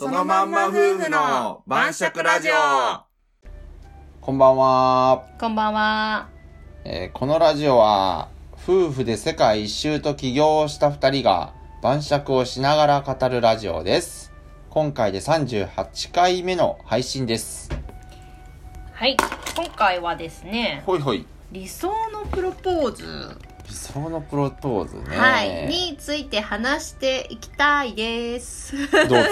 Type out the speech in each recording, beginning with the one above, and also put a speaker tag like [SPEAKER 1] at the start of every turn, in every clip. [SPEAKER 1] のまんま夫婦の晩酌ラジオ
[SPEAKER 2] こんばんは、
[SPEAKER 1] こんばんは。
[SPEAKER 2] えーこのラジオは夫婦で世界一周と起業をした2人が晩酌をしながら語るラジオです今回で38回目の配信です
[SPEAKER 1] はい。今回はですね、
[SPEAKER 2] ほいほい
[SPEAKER 1] 理想のプロポーズ、
[SPEAKER 2] 理想のプロポーズね
[SPEAKER 1] はい、について話していきたいです。
[SPEAKER 2] どうぞ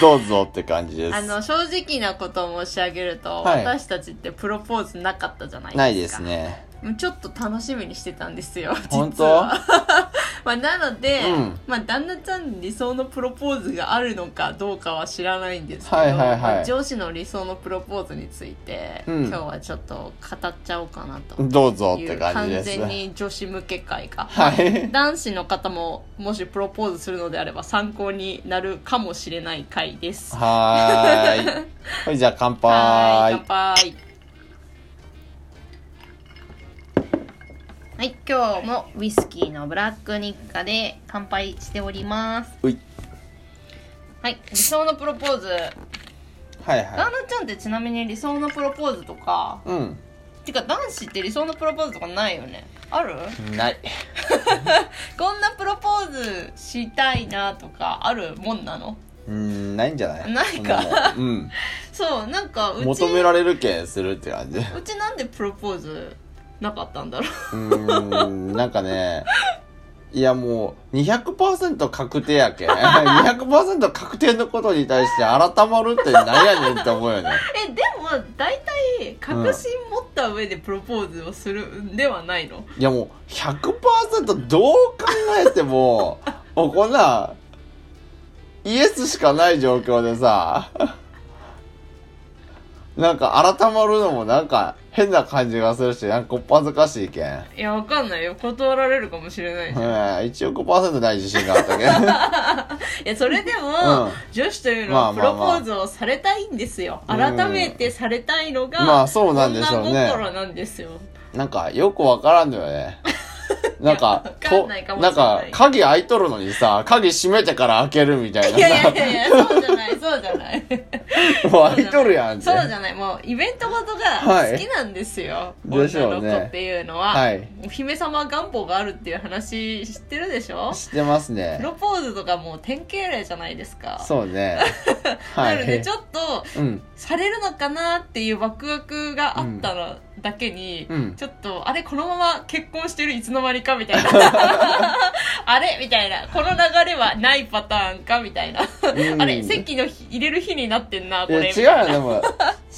[SPEAKER 2] どうぞって感じです
[SPEAKER 1] あの、正直なことを申し上げると、
[SPEAKER 2] はい
[SPEAKER 1] 私たちってプロポーズなかったじゃないですか。
[SPEAKER 2] ないです。ね
[SPEAKER 1] ちょっと楽しみにしてたんですよ。
[SPEAKER 2] 本
[SPEAKER 1] 実
[SPEAKER 2] 当
[SPEAKER 1] は まあ、なので、
[SPEAKER 2] うん
[SPEAKER 1] まあ、旦那ちゃんに理想のプロポーズがあるのかどうかは知らないんですけど、
[SPEAKER 2] はいはいはい
[SPEAKER 1] まあ上司の理想のプロポーズについて、
[SPEAKER 2] うん
[SPEAKER 1] 今日はちょっと語っちゃおうかなと
[SPEAKER 2] どうぞっ
[SPEAKER 1] い
[SPEAKER 2] て
[SPEAKER 1] う
[SPEAKER 2] 感
[SPEAKER 1] 完
[SPEAKER 2] じです
[SPEAKER 1] 全に女子向け会が、
[SPEAKER 2] はい
[SPEAKER 1] 男子の方ももしプロポーズするのであれば参考になるかもしれない回です。
[SPEAKER 2] はーいほいじゃあ乾杯
[SPEAKER 1] はーい、乾杯。はい、今日もウイスキーのブラック日課で乾杯しております。
[SPEAKER 2] うい
[SPEAKER 1] はい、理想のプロポーズ。
[SPEAKER 2] はいは
[SPEAKER 1] 旦那ちゃんってちなみに理想のプロポーズとか、
[SPEAKER 2] いうん
[SPEAKER 1] てか男子って理想のプロポーズとかないよね。ある
[SPEAKER 2] ない
[SPEAKER 1] こんなプロポーズしたいなとかあるもんなの
[SPEAKER 2] うーんないんじゃない
[SPEAKER 1] ないか
[SPEAKER 2] そんなもんうん
[SPEAKER 1] そう、なんか うち、
[SPEAKER 2] 求められるけするって感じう
[SPEAKER 1] うちなんでプロポーズなかったんだろう。
[SPEAKER 2] ーんなんかねいやもう200%確定やけん 200%確定のことに対して改まるって何やねんって思うよね
[SPEAKER 1] えでも大体確信持った上でプロポーズをするんではないの、
[SPEAKER 2] いやもう100%どう考えても もうこんなイエスしかない状況でさ なんか改まるのもなんか変な感じがするしなんかこっぱずかしいけん
[SPEAKER 1] いやわかんないよ断られるかもしれないじゃん、い
[SPEAKER 2] うん一応5%ない自信があったけど。
[SPEAKER 1] やそれでも、
[SPEAKER 2] うん
[SPEAKER 1] 女子というの
[SPEAKER 2] ま
[SPEAKER 1] は
[SPEAKER 2] あ
[SPEAKER 1] プ
[SPEAKER 2] まあ
[SPEAKER 1] ロポ
[SPEAKER 2] まあ
[SPEAKER 1] ーズをされたいんですよ、
[SPEAKER 2] うん
[SPEAKER 1] 改めてされたいのが、
[SPEAKER 2] まあそうなんでしょう
[SPEAKER 1] 女
[SPEAKER 2] ね。
[SPEAKER 1] 心なんですよ
[SPEAKER 2] なんかよくわからんのよね。なんか、
[SPEAKER 1] いやわかんないかもしれない
[SPEAKER 2] んか鍵開いとるのにさ、鍵閉めてから開けるみたい
[SPEAKER 1] いやい
[SPEAKER 2] な
[SPEAKER 1] やいやいやそうじゃないそうじゃない
[SPEAKER 2] さ、もう開いとるやんって。
[SPEAKER 1] そうじゃないもうイベントごとが
[SPEAKER 2] はい
[SPEAKER 1] 好きなんですよ、
[SPEAKER 2] でしょ
[SPEAKER 1] 女の
[SPEAKER 2] うね
[SPEAKER 1] 子っていうのは、
[SPEAKER 2] はい
[SPEAKER 1] お姫様願望があるっていう話知ってるでしょ
[SPEAKER 2] 知ってます
[SPEAKER 1] プ
[SPEAKER 2] ね。
[SPEAKER 1] ロポーズとかもう典型例じゃないですか。
[SPEAKER 2] そう ね。は。
[SPEAKER 1] ないのでちょっと
[SPEAKER 2] うん。
[SPEAKER 1] されるのかなっていうワクワクがあったのだけに、
[SPEAKER 2] うん
[SPEAKER 1] ちょっとあれこのまま結婚してるいつの間にか みたいなあれみたいなこの流れはないパターンかみたいな、
[SPEAKER 2] ん
[SPEAKER 1] あれ席の日入れる日になってんな
[SPEAKER 2] い
[SPEAKER 1] こ
[SPEAKER 2] や
[SPEAKER 1] れ
[SPEAKER 2] 違
[SPEAKER 1] みたい
[SPEAKER 2] よ、
[SPEAKER 1] う
[SPEAKER 2] でも。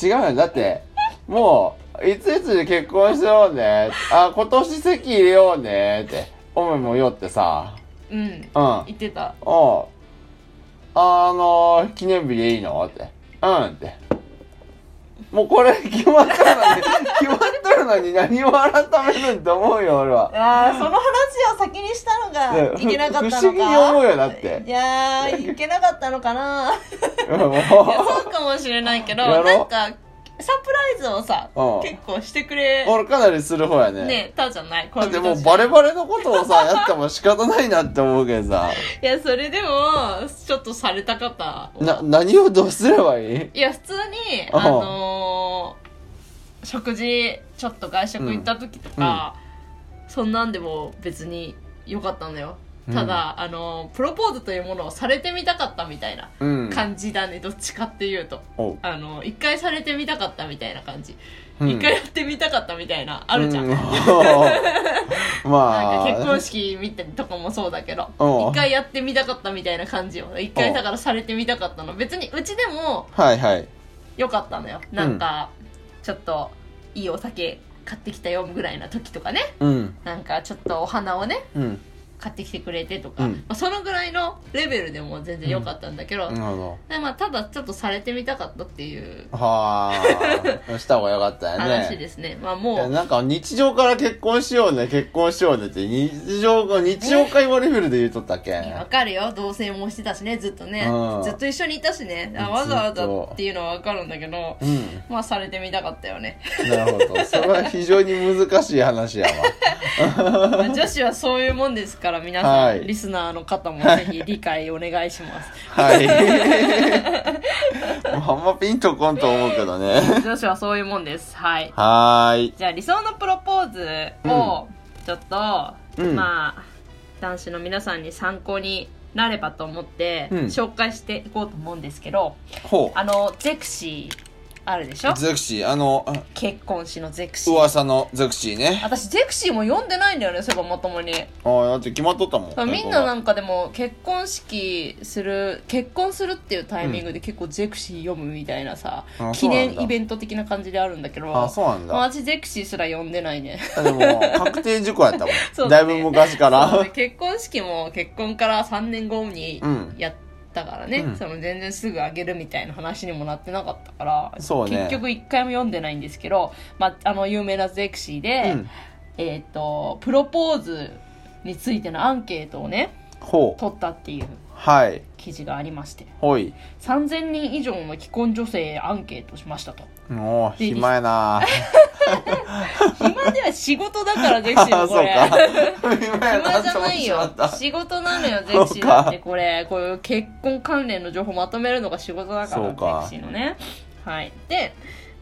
[SPEAKER 2] 違うよ。だって、もう、いついつで結婚しようね。あ、今年席入れようね。って、思いもよってさ。
[SPEAKER 1] なうん
[SPEAKER 2] うん。
[SPEAKER 1] 言ってた
[SPEAKER 2] おうあのー、記念日でいいのって。うんって。もうこれ決まったのに、 決まっとるのに何を改めるんって思うよ、俺は。
[SPEAKER 1] あその話を先にしたの
[SPEAKER 2] ねふ不思議に思うよ、だって。
[SPEAKER 1] やーいけなかったのかな
[SPEAKER 2] うんもう
[SPEAKER 1] いやそうかもしれないけど
[SPEAKER 2] やろ
[SPEAKER 1] なんかサプライズをさ
[SPEAKER 2] うん
[SPEAKER 1] 結構してくれ
[SPEAKER 2] 俺かなりする方やね。
[SPEAKER 1] ねたじゃないこ
[SPEAKER 2] だ
[SPEAKER 1] の
[SPEAKER 2] ってもうバレバレのことをさ、やっても仕方ないなって思うけど さ。
[SPEAKER 1] いやそれでもちょっとされたかった
[SPEAKER 2] な、何をどうすればいい
[SPEAKER 1] いや普通に
[SPEAKER 2] うん
[SPEAKER 1] あのー食事ちょっと外食行った時とか、そんなんでも別に良かったのよただ、あのープロポーズというものをされてみたかったみたいな
[SPEAKER 2] うん。
[SPEAKER 1] 感じだねどっちかっていうと
[SPEAKER 2] おう
[SPEAKER 1] あのー一回されてみたかったみたいな感じ
[SPEAKER 2] うん
[SPEAKER 1] 一、回やってみたかったみたいなあるじ ゃん、
[SPEAKER 2] う
[SPEAKER 1] なん
[SPEAKER 2] おうまあ。
[SPEAKER 1] か結婚式見てとかもそうだけど
[SPEAKER 2] うん
[SPEAKER 1] 一回やってみたかったみたいな感じよ一回だからされてみたかったの別にうちでも
[SPEAKER 2] はいはい。
[SPEAKER 1] 良かったのよなんかちょっといいお酒買ってきたよぐらいな時とかね
[SPEAKER 2] うん。
[SPEAKER 1] なんかちょっとお花をね
[SPEAKER 2] うん。
[SPEAKER 1] 買ってきてくれてとか、
[SPEAKER 2] うん
[SPEAKER 1] まあそのぐらいのレベルでも全然良かったんだけど、
[SPEAKER 2] なるほど。
[SPEAKER 1] でまあ、ただちょっとされてみたかったっていう
[SPEAKER 2] は あ、した方が良かったよね。
[SPEAKER 1] 話ですねまあも
[SPEAKER 2] いうやなんか日常から結婚しようね、結婚しようねって、日常が、日常会話レベルで言うとったっけ
[SPEAKER 1] いやわかるよ同棲もしてたしねずっとね
[SPEAKER 2] うん
[SPEAKER 1] ずっと一緒にいたしねあ
[SPEAKER 2] ずっと
[SPEAKER 1] わざわざっていうのはわかるんだけど
[SPEAKER 2] うん。
[SPEAKER 1] まあされてみたかったよね
[SPEAKER 2] なるほど。それは非常に難しい話やわ。
[SPEAKER 1] まあ女子はそういうもんですかから皆さん、
[SPEAKER 2] はい
[SPEAKER 1] リスナーの方もぜひ理解お願いします。
[SPEAKER 2] はい。もうあんまピンとこんと思うけどね。
[SPEAKER 1] 女子はそういうもんです。はい。
[SPEAKER 2] はーい。
[SPEAKER 1] じゃあ理想のプロポーズをちょっと、
[SPEAKER 2] うん
[SPEAKER 1] まあ男子の皆さんに参考になればと思って
[SPEAKER 2] うん
[SPEAKER 1] 紹介していこうと思うんですけど、
[SPEAKER 2] ほ
[SPEAKER 1] あのゼクシーあるでしょ
[SPEAKER 2] う。ゼクシー、あの、あ
[SPEAKER 1] 結婚誌のゼクシー
[SPEAKER 2] 噂のゼクシーね。
[SPEAKER 1] 私ゼクシーも読んでないんだよねそういえばまともに
[SPEAKER 2] ああ、だって決まっとったもん。
[SPEAKER 1] みんな
[SPEAKER 2] の
[SPEAKER 1] なんかでも結婚式する結婚するっていうタイミングで結構ゼクシー読むみたいなさ、
[SPEAKER 2] あ
[SPEAKER 1] 記
[SPEAKER 2] そうなん
[SPEAKER 1] 念
[SPEAKER 2] だ
[SPEAKER 1] イベント的な感じであるんだけど
[SPEAKER 2] あそうなんだ
[SPEAKER 1] まあ私ゼクシーすら読んでないね
[SPEAKER 2] でも、確定事項やったもん。
[SPEAKER 1] そう
[SPEAKER 2] だ
[SPEAKER 1] だ
[SPEAKER 2] い
[SPEAKER 1] ね
[SPEAKER 2] ぶ昔から。
[SPEAKER 1] そうね結婚式も結婚から3年後に
[SPEAKER 2] うん
[SPEAKER 1] やったからね、
[SPEAKER 2] うん
[SPEAKER 1] その全然すぐあげるみたいな話にもなってなかったから
[SPEAKER 2] そうね
[SPEAKER 1] 結局一回も読んでないんですけど、まあ、あの有名なゼクシーで、
[SPEAKER 2] うん
[SPEAKER 1] えっ、とプロポーズについてのアンケートをね
[SPEAKER 2] ほう。
[SPEAKER 1] 取ったっていう
[SPEAKER 2] はい。
[SPEAKER 1] 記事がありまして
[SPEAKER 2] ほい。
[SPEAKER 1] 3000人以上の既婚女性へアンケートしまし たと
[SPEAKER 2] もう、暇やな
[SPEAKER 1] 暇では仕事だから ゼクシー
[SPEAKER 2] ああ、
[SPEAKER 1] もこ
[SPEAKER 2] そう
[SPEAKER 1] れ
[SPEAKER 2] か。暇や
[SPEAKER 1] 暇
[SPEAKER 2] な
[SPEAKER 1] じゃ
[SPEAKER 2] と思っ
[SPEAKER 1] な
[SPEAKER 2] て
[SPEAKER 1] い
[SPEAKER 2] しま
[SPEAKER 1] よ
[SPEAKER 2] った。
[SPEAKER 1] 仕事なのよゼ
[SPEAKER 2] そうか
[SPEAKER 1] クシーだってこれこういう結婚関連の情報まとめるのが仕事だか
[SPEAKER 2] そ
[SPEAKER 1] ら
[SPEAKER 2] うか
[SPEAKER 1] ゼクシーのねはいで、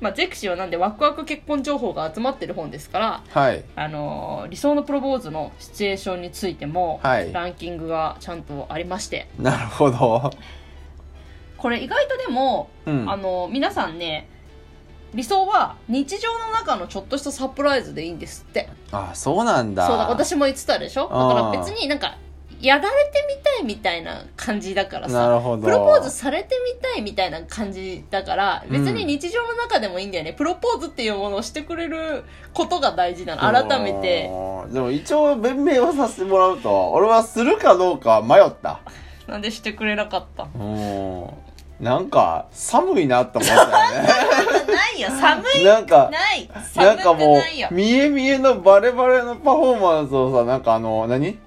[SPEAKER 1] まあ、ゼクシーはなんでワクワク結婚情報が集まってる本ですから
[SPEAKER 2] はい。
[SPEAKER 1] あのー理想のプロポーズのシチュエーションについても、
[SPEAKER 2] はい
[SPEAKER 1] ランキングがちゃんとありまして
[SPEAKER 2] なるほど。
[SPEAKER 1] これ意外とでも、
[SPEAKER 2] うん
[SPEAKER 1] あのー皆さんね理想は日常の中のちょっとしたサプライズでいいんですって
[SPEAKER 2] あ、そうなんだ。
[SPEAKER 1] そうだ私も言ってたでし
[SPEAKER 2] あ
[SPEAKER 1] ょだか
[SPEAKER 2] ー
[SPEAKER 1] ら別になんかやられてみたいみたいな感じだから
[SPEAKER 2] なる
[SPEAKER 1] さ
[SPEAKER 2] ほど。
[SPEAKER 1] プロポーズされてみたいみたいな感じだから
[SPEAKER 2] うん
[SPEAKER 1] 別に日常の中でもいいんだよね、プロポーズっていうものをしてくれることが大事な
[SPEAKER 2] あ
[SPEAKER 1] の
[SPEAKER 2] ー
[SPEAKER 1] 改めて
[SPEAKER 2] でも一応弁明をさせてもらうと俺はするかどうか迷った
[SPEAKER 1] なんでしてくれな かった
[SPEAKER 2] うんなんか寒いなと思ったよ ね
[SPEAKER 1] ないよ寒い
[SPEAKER 2] なんか
[SPEAKER 1] ない
[SPEAKER 2] な
[SPEAKER 1] 寒
[SPEAKER 2] んか
[SPEAKER 1] く
[SPEAKER 2] も
[SPEAKER 1] ないよ
[SPEAKER 2] う見え見えのバレバレのパフォーマンスをさなんかあの何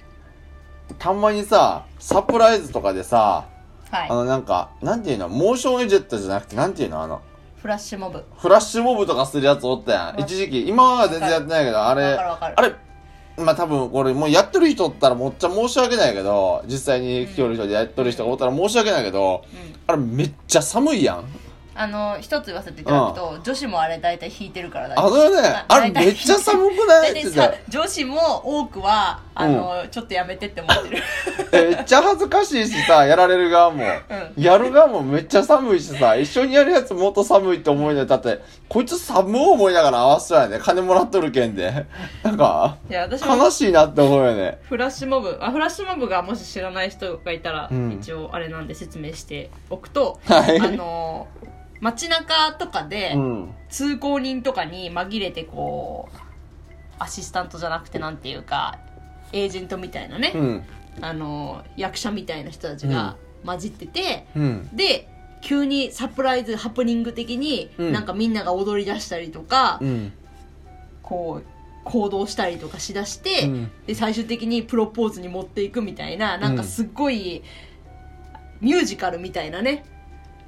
[SPEAKER 2] たまにさサプライズとかでさ
[SPEAKER 1] は
[SPEAKER 2] あのなんかなんていうのモーションエジェットじゃなくてなんていうのあの
[SPEAKER 1] いフラッシュモブ
[SPEAKER 2] フラッシュモブとかするやつおったやん。
[SPEAKER 1] うん
[SPEAKER 2] 一時期。今は全然やってないけど、あれ、
[SPEAKER 1] わかるわかる
[SPEAKER 2] あれ、まあ多分これもうやってる人おったらもっちゃ申し訳ないけど、実際に来てる人でやってる人がおったら申し訳ないけど、
[SPEAKER 1] うん
[SPEAKER 2] あれめっちゃ寒いやん。
[SPEAKER 1] あの一つ言わせていただくと、女子もあれ大体引いてるから大
[SPEAKER 2] あ
[SPEAKER 1] 丈夫
[SPEAKER 2] のね
[SPEAKER 1] な、
[SPEAKER 2] あれめっちゃ寒くない
[SPEAKER 1] 大
[SPEAKER 2] って
[SPEAKER 1] 体
[SPEAKER 2] 言っ
[SPEAKER 1] さ
[SPEAKER 2] て
[SPEAKER 1] 女子も多くはあの、ちょっとやめてって思 ってる
[SPEAKER 2] えめっちゃ恥ずかしいしさ、やられる側も。
[SPEAKER 1] う
[SPEAKER 2] やる側もめっちゃ寒いしさ、一緒にやるやつもっと寒いって思いながらだって、こいつ寒い思いながら合わせたやね。金もらっとるけんで。なんか、
[SPEAKER 1] いや私も
[SPEAKER 2] 悲しいなって思うよね。
[SPEAKER 1] フラッシュモブあフラッシュモブがもし知らない人がいたら、
[SPEAKER 2] うん
[SPEAKER 1] 一応あれなんで説明しておくと、
[SPEAKER 2] はい
[SPEAKER 1] あの街中とかで、
[SPEAKER 2] うん。
[SPEAKER 1] 通行人とかに紛れてこうアシスタントじゃなくてなんていうかエージェントみたいなね、
[SPEAKER 2] うん。
[SPEAKER 1] あの役者みたいな人たちが混じってて、
[SPEAKER 2] うん。
[SPEAKER 1] で急にサプライズハプニング的に、
[SPEAKER 2] うん
[SPEAKER 1] なんかみんなが踊り出したりとか、
[SPEAKER 2] うん。
[SPEAKER 1] こう行動したりとかしだして、
[SPEAKER 2] うん
[SPEAKER 1] で最終的にプロポーズに持っていくみたいななん
[SPEAKER 2] う
[SPEAKER 1] か
[SPEAKER 2] ん
[SPEAKER 1] すっごいミュージカルみたいなね、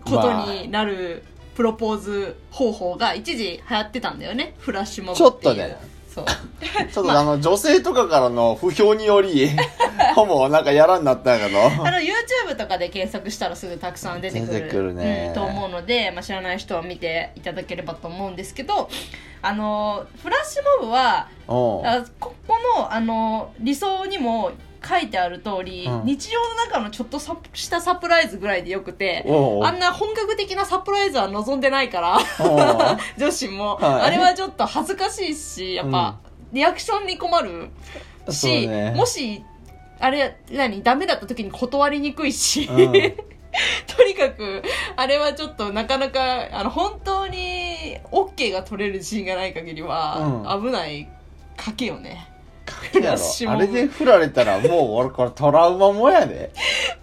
[SPEAKER 1] ことになるプロポーズ方法が一時流行ってたんだよねフラッシュモブってい
[SPEAKER 2] ちょっと
[SPEAKER 1] う
[SPEAKER 2] ね
[SPEAKER 1] そう
[SPEAKER 2] ちょっとあの、女性とかからの不評によ り、ほぼなんかやらんなったんやけど。
[SPEAKER 1] あの YouTube とかで検索したらすぐたくさん出てくる
[SPEAKER 2] 出てくるね
[SPEAKER 1] うんと思うので、まあ、知らない人は見ていただければと思うんですけどあのフラッシュモブは
[SPEAKER 2] おう
[SPEAKER 1] あここのあの理想にも書いてある通り、
[SPEAKER 2] うん
[SPEAKER 1] 日常の中のちょっとさしたサプライズぐらいでよくて
[SPEAKER 2] おう
[SPEAKER 1] あんな本格的なサプライズは望んでないから
[SPEAKER 2] おう
[SPEAKER 1] 女子も、
[SPEAKER 2] はい
[SPEAKER 1] あれはちょっと恥ずかしいしやっぱ、リアクションに困る
[SPEAKER 2] そう
[SPEAKER 1] し、
[SPEAKER 2] ね
[SPEAKER 1] もしあれ何ダメだった時に断りにくいし、
[SPEAKER 2] うん
[SPEAKER 1] とにかくあれはちょっとなかなかあの本当に OK が取れる自信がない限りは、危ない賭けよね。
[SPEAKER 2] やろあれで振られたらもう俺これトラウマもやで。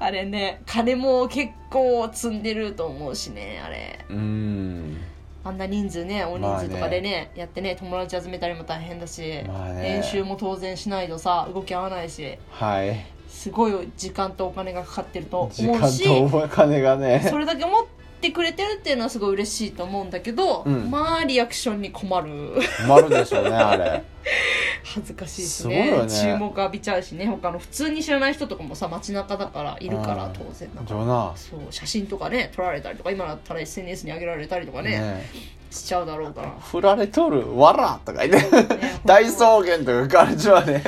[SPEAKER 1] あれね金も結構積んでると思うしねあれ
[SPEAKER 2] うん。
[SPEAKER 1] あんな人数ね大人数とかでね,、やってね友達集めたりも大変だし、
[SPEAKER 2] まあね
[SPEAKER 1] 練習も当然しないとさ動き合わないし
[SPEAKER 2] はい。
[SPEAKER 1] すごい時間とお金がかかってると
[SPEAKER 2] 時
[SPEAKER 1] 思う
[SPEAKER 2] 間
[SPEAKER 1] し
[SPEAKER 2] とお金がね
[SPEAKER 1] そ。れだけ持ってくれてるっていうのはすごい嬉しいと思うんだけど、
[SPEAKER 2] うん
[SPEAKER 1] まあリアクションに困る
[SPEAKER 2] まるでしょうね、あれ。
[SPEAKER 1] 恥ずかしいし
[SPEAKER 2] すごい
[SPEAKER 1] ね
[SPEAKER 2] よね
[SPEAKER 1] 注目浴びちゃうしね他の普通に知らない人とかもさ街中だからいるから当然だ
[SPEAKER 2] うん
[SPEAKER 1] か
[SPEAKER 2] ジ
[SPEAKER 1] ら
[SPEAKER 2] ョナ
[SPEAKER 1] そう写真とかね撮られたりとか今だったら SNS に上げられたりとかね
[SPEAKER 2] ね
[SPEAKER 1] しちゃうだろ うから
[SPEAKER 2] 振られとるわらとか言って、大草原とか浮かれちゃうね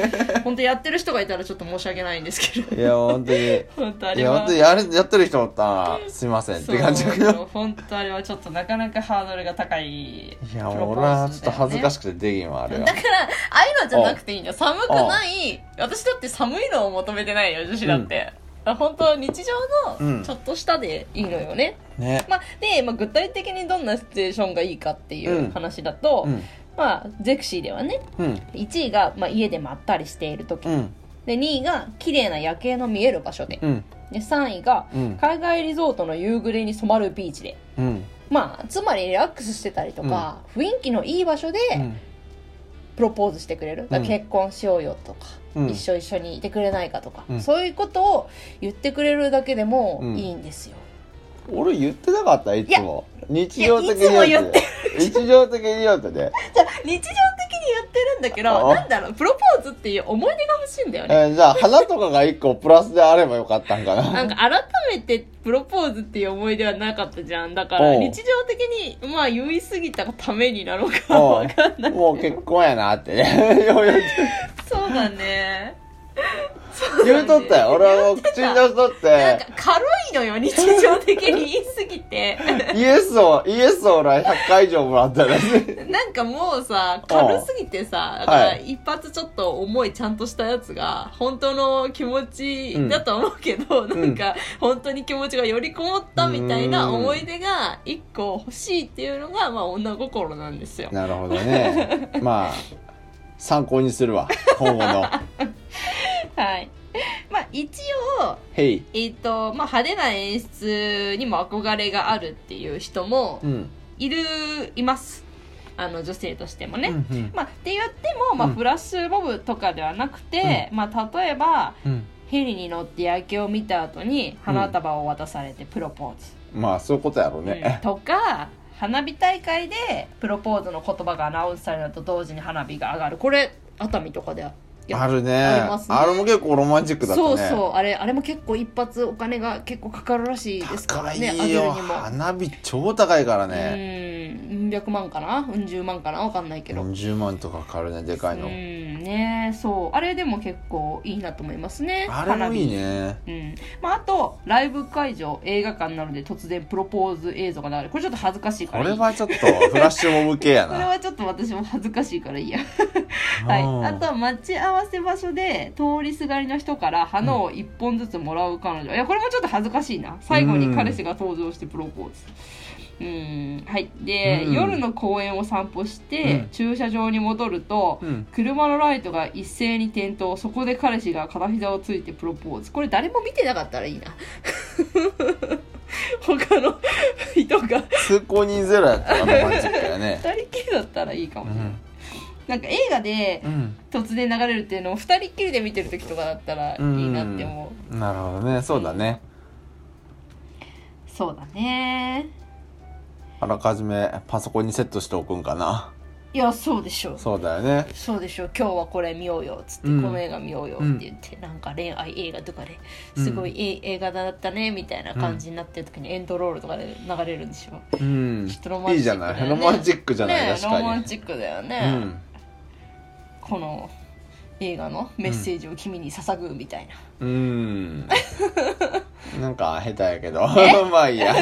[SPEAKER 1] 本当やってる人がいたらちょっと申し訳ないんで すけど
[SPEAKER 2] いや本当に
[SPEAKER 1] 本当あ
[SPEAKER 2] い
[SPEAKER 1] れ
[SPEAKER 2] や
[SPEAKER 1] は
[SPEAKER 2] 本当にやるやってる人おったらすいませんって感じだけど
[SPEAKER 1] そう本当あれはちょっとなかなかハードルが高い
[SPEAKER 2] いや俺はちょっと恥ずかし
[SPEAKER 1] く
[SPEAKER 2] くてできんわあれは
[SPEAKER 1] だからああいうのじゃなくていいんだよ寒くない私だって寒いのを求めてないよ女子だって、あ本当日常
[SPEAKER 2] うん
[SPEAKER 1] のちょっとしたでいいのよね、
[SPEAKER 2] ね
[SPEAKER 1] まあ、で、まあ、具体的にどんなシチュエーションがいいかってい
[SPEAKER 2] うん
[SPEAKER 1] う話だと、
[SPEAKER 2] うん
[SPEAKER 1] まあ、ゼクシーではね
[SPEAKER 2] うん
[SPEAKER 1] 1位が、まあ、家でまったりしている時、
[SPEAKER 2] うん
[SPEAKER 1] で2位が綺麗な夜景の見える場所で
[SPEAKER 2] うん
[SPEAKER 1] で3位が
[SPEAKER 2] うん
[SPEAKER 1] 海外リゾートの夕暮れに染まるビーチで
[SPEAKER 2] うん
[SPEAKER 1] まあつまりリラックスしてたりとか、雰囲気のいい場所で
[SPEAKER 2] うん
[SPEAKER 1] プロポーズしてくれる、だから結婚しようよとか、
[SPEAKER 2] うん
[SPEAKER 1] 一緒一緒にいてくれないかとか、
[SPEAKER 2] うん
[SPEAKER 1] そういうことを言ってくれるだけでも
[SPEAKER 2] うん
[SPEAKER 1] いいんですよ、
[SPEAKER 2] 俺言ってなかったいつも日常的に
[SPEAKER 1] いやいつも言って
[SPEAKER 2] 日常的に言うとね、
[SPEAKER 1] じゃあ日常的に言ってるんだけど
[SPEAKER 2] あ
[SPEAKER 1] なんだろうプロポーズっていう思い出が欲しいんだよ
[SPEAKER 2] え
[SPEAKER 1] ね
[SPEAKER 2] ーじゃあ花とかが一個プラスであればよかったんか
[SPEAKER 1] な
[SPEAKER 2] なん
[SPEAKER 1] か改めてプロポーズっていう思い出はなかったじゃんだから
[SPEAKER 2] おう
[SPEAKER 1] 日常的にまあ言い過ぎたがためになのか
[SPEAKER 2] お
[SPEAKER 1] わ
[SPEAKER 2] う
[SPEAKER 1] かんない
[SPEAKER 2] もう結婚やなって ねよう言う
[SPEAKER 1] そうだ ね
[SPEAKER 2] と言うとったよ俺はもう
[SPEAKER 1] 言って
[SPEAKER 2] 口
[SPEAKER 1] た
[SPEAKER 2] に出しとっ
[SPEAKER 1] なん
[SPEAKER 2] て
[SPEAKER 1] か軽いのよ日常的に言い過ぎて
[SPEAKER 2] イエスをイエスを俺は100回以上もらったらしい
[SPEAKER 1] なんかもうさ軽すぎてさだか
[SPEAKER 2] は
[SPEAKER 1] ら
[SPEAKER 2] い
[SPEAKER 1] 一発ちょっと思いちゃんとしたやつが本当の気持ちだと思うけど、
[SPEAKER 2] ん
[SPEAKER 1] なんか本当に気持ちがよりこもったみたいうなん思い出が一個欲しいっていうのが、まあ、女心なんですよ。
[SPEAKER 2] なるほどねまあ参考にするわ今後 の
[SPEAKER 1] はいまあ、一応、
[SPEAKER 2] 「へい
[SPEAKER 1] えっとまあ、派手な演出にも憧れがあるっていう人も
[SPEAKER 2] うん
[SPEAKER 1] いる、いますあの女性としてもね。
[SPEAKER 2] うんうん
[SPEAKER 1] まあ、って言っても、まあ、
[SPEAKER 2] うん
[SPEAKER 1] フラッシュモブとかではなくて、まあ、例えば
[SPEAKER 2] うん
[SPEAKER 1] ヘリに乗って夜景を見た後に花束を渡されてプロポーズ、
[SPEAKER 2] まあそういうことやろう
[SPEAKER 1] うん
[SPEAKER 2] ね、
[SPEAKER 1] とか花火大会でプロポーズの言葉がアナウンスされると同時に花火が上がるこれ熱海とかでや
[SPEAKER 2] あるね
[SPEAKER 1] ありますね
[SPEAKER 2] あれも結構ロマンチックだったね
[SPEAKER 1] そうそうあれあれも結構一発お金が結構かかるらしいです
[SPEAKER 2] だ
[SPEAKER 1] か
[SPEAKER 2] かららい
[SPEAKER 1] ね
[SPEAKER 2] い
[SPEAKER 1] 上
[SPEAKER 2] よ
[SPEAKER 1] げるにも
[SPEAKER 2] 花火超高いからね
[SPEAKER 1] うんうん百万かなうん十万かなわかんないけど、
[SPEAKER 2] 40万とかかかるねでかいの、
[SPEAKER 1] うんねそうあれでも結構いいなと思いますね
[SPEAKER 2] あれもいいね
[SPEAKER 1] 花火うんまあ、あとライブ会場映画館などで突然プロポーズ映像が流れこれちょっと恥ずかしいか
[SPEAKER 2] こ
[SPEAKER 1] らいい
[SPEAKER 2] れはちょっとフラッシュモブ系や
[SPEAKER 1] これ
[SPEAKER 2] な
[SPEAKER 1] はちょっと私も恥ずかしいか らいいやはい
[SPEAKER 2] うん
[SPEAKER 1] あとは待ち合わせ場所で通りすがりの人から花を1本ずつもらう彼女、いやこれもちょっと恥ずかしいな最後に彼氏が登場してプロポーズうんはいで、
[SPEAKER 2] うん
[SPEAKER 1] 夜の公園を散歩して、
[SPEAKER 2] うん
[SPEAKER 1] 駐車場に戻ると、
[SPEAKER 2] うん
[SPEAKER 1] 車のライトが一斉に点灯そこで彼氏が片膝をついてプロポーズこれ誰も見てなかったらいいな 他の人が
[SPEAKER 2] 通行人ゼロやったらロマンチックやね
[SPEAKER 1] 2人きりだったらいいか
[SPEAKER 2] う
[SPEAKER 1] もしれない、
[SPEAKER 2] ん
[SPEAKER 1] なんか映画で
[SPEAKER 2] うん
[SPEAKER 1] 突然流れるっていうのを2人きりで見てる時とかだったらいいなって思う、
[SPEAKER 2] なるほどねそうだね
[SPEAKER 1] そうだね
[SPEAKER 2] あらかじめパソコンにセットしておくんかない
[SPEAKER 1] やそうでしょう
[SPEAKER 2] そうだよね
[SPEAKER 1] そうでしょう今日はこれ見ようよっつって、
[SPEAKER 2] うん
[SPEAKER 1] この映画見ようよって言って、なんか恋愛映画とかで
[SPEAKER 2] うん
[SPEAKER 1] すごいいい映画だったねみたいな感じになってる時にエンドロールとかで流れるんでしょ、
[SPEAKER 2] うん
[SPEAKER 1] ちょっとロマン
[SPEAKER 2] いい
[SPEAKER 1] チックだよね
[SPEAKER 2] じゃないロマンチックじゃない、
[SPEAKER 1] ねえ
[SPEAKER 2] 確
[SPEAKER 1] ロ
[SPEAKER 2] か
[SPEAKER 1] マン
[SPEAKER 2] に
[SPEAKER 1] チックだよ
[SPEAKER 2] う
[SPEAKER 1] ね、
[SPEAKER 2] ん
[SPEAKER 1] この映画のメッセージを君に捧ぐみたいな、
[SPEAKER 2] うんなんか下手やけど まあいいや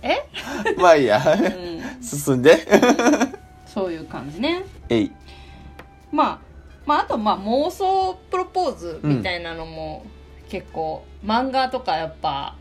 [SPEAKER 1] え
[SPEAKER 2] まあいいや
[SPEAKER 1] うん、
[SPEAKER 2] 進んで
[SPEAKER 1] そういう感じね
[SPEAKER 2] えい
[SPEAKER 1] まあ、まあ、あとまあ妄想プロポーズみたいなのも結構、漫画とかやっぱ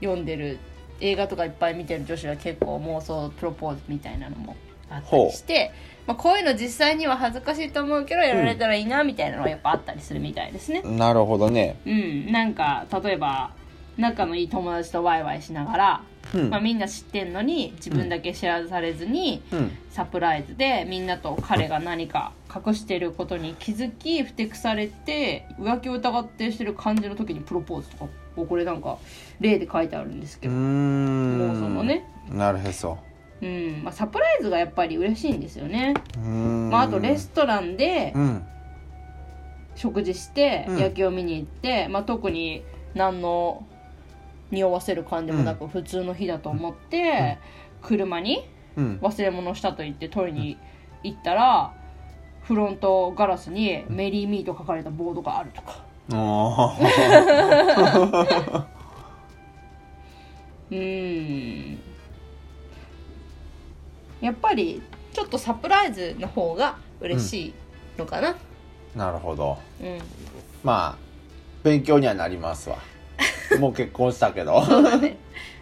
[SPEAKER 1] 読んでる映画とかいっぱい見てる女子は結構妄想プロポーズみたいなのもあったりして、まあ、こういうの実際には恥ずかしいと思うけどやられたらいいなみたいなのはやっぱあったりするみたいですね。
[SPEAKER 2] なるほどね
[SPEAKER 1] うん、なんか例えば仲のいい友達とワイワイしながら、
[SPEAKER 2] うん
[SPEAKER 1] まあ、みんな知ってんのに自分だけ知らされずに。
[SPEAKER 2] うん
[SPEAKER 1] サプライズでみんなと彼が何か隠していることに気づきふてくされて浮気を疑ってしてる感じの時にプロポーズとかこれなんか例で書いてあるんです
[SPEAKER 2] う
[SPEAKER 1] け
[SPEAKER 2] ー
[SPEAKER 1] ど、
[SPEAKER 2] ん
[SPEAKER 1] 妄想のね
[SPEAKER 2] なるへそ
[SPEAKER 1] うんまあ、サプライズがやっぱり嬉しいんですよね、
[SPEAKER 2] うん
[SPEAKER 1] まあ、あとレストランで
[SPEAKER 2] うん
[SPEAKER 1] 食事して
[SPEAKER 2] うん
[SPEAKER 1] 野球を見に行って、まあ、特に何の匂わせる感じもなく普通の日だと思って、車に
[SPEAKER 2] うん
[SPEAKER 1] 忘れ物したと言って取りに行ったらフロントガラスに「メリーミー」と書かれたボードがあるとか
[SPEAKER 2] あ
[SPEAKER 1] うーんやっぱりちょっとサプライズの方が嬉しいのかな
[SPEAKER 2] あ なるほど
[SPEAKER 1] うん、
[SPEAKER 2] まあ勉強にはなり ますわもう結婚したけど
[SPEAKER 1] そうだね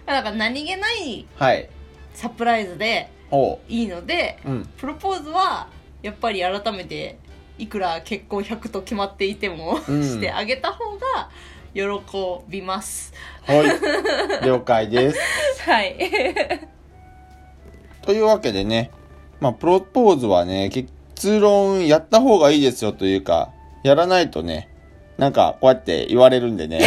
[SPEAKER 1] まあだから何気ない
[SPEAKER 2] はい
[SPEAKER 1] サプライズで
[SPEAKER 2] おう
[SPEAKER 1] いいので
[SPEAKER 2] うん
[SPEAKER 1] プロポーズはやっぱり改めていくら結婚100と決まっていても、
[SPEAKER 2] うん
[SPEAKER 1] してあげた方が喜びます
[SPEAKER 2] はい了解です
[SPEAKER 1] はい
[SPEAKER 2] というわけでね、まあ、プロポーズはね、結論やった方がいいですよというか、やらないとね、なんかこうやって言われるんでね。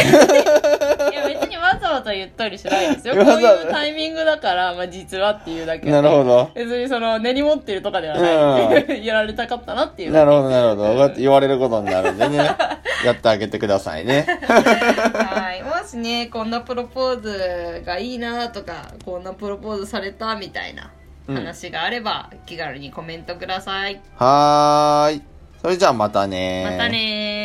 [SPEAKER 1] いや別にわざわざ言ったりしないですよこ
[SPEAKER 2] わざ
[SPEAKER 1] う
[SPEAKER 2] わざ
[SPEAKER 1] いうタイミングだから、まあ、実はっていうだけで
[SPEAKER 2] なるほど。
[SPEAKER 1] 別にその根に持ってるとかではない、 やられたかったなっていう
[SPEAKER 2] なるほど、なるほど。こうやって言われることになるんでね、やってあげてくださいね。
[SPEAKER 1] はいもしねこんなプロポーズがいいなとかこんなプロポーズされたみたいな
[SPEAKER 2] うん
[SPEAKER 1] 話があれば、気軽にコメントください、
[SPEAKER 2] はーい。それじゃあまたね
[SPEAKER 1] またねー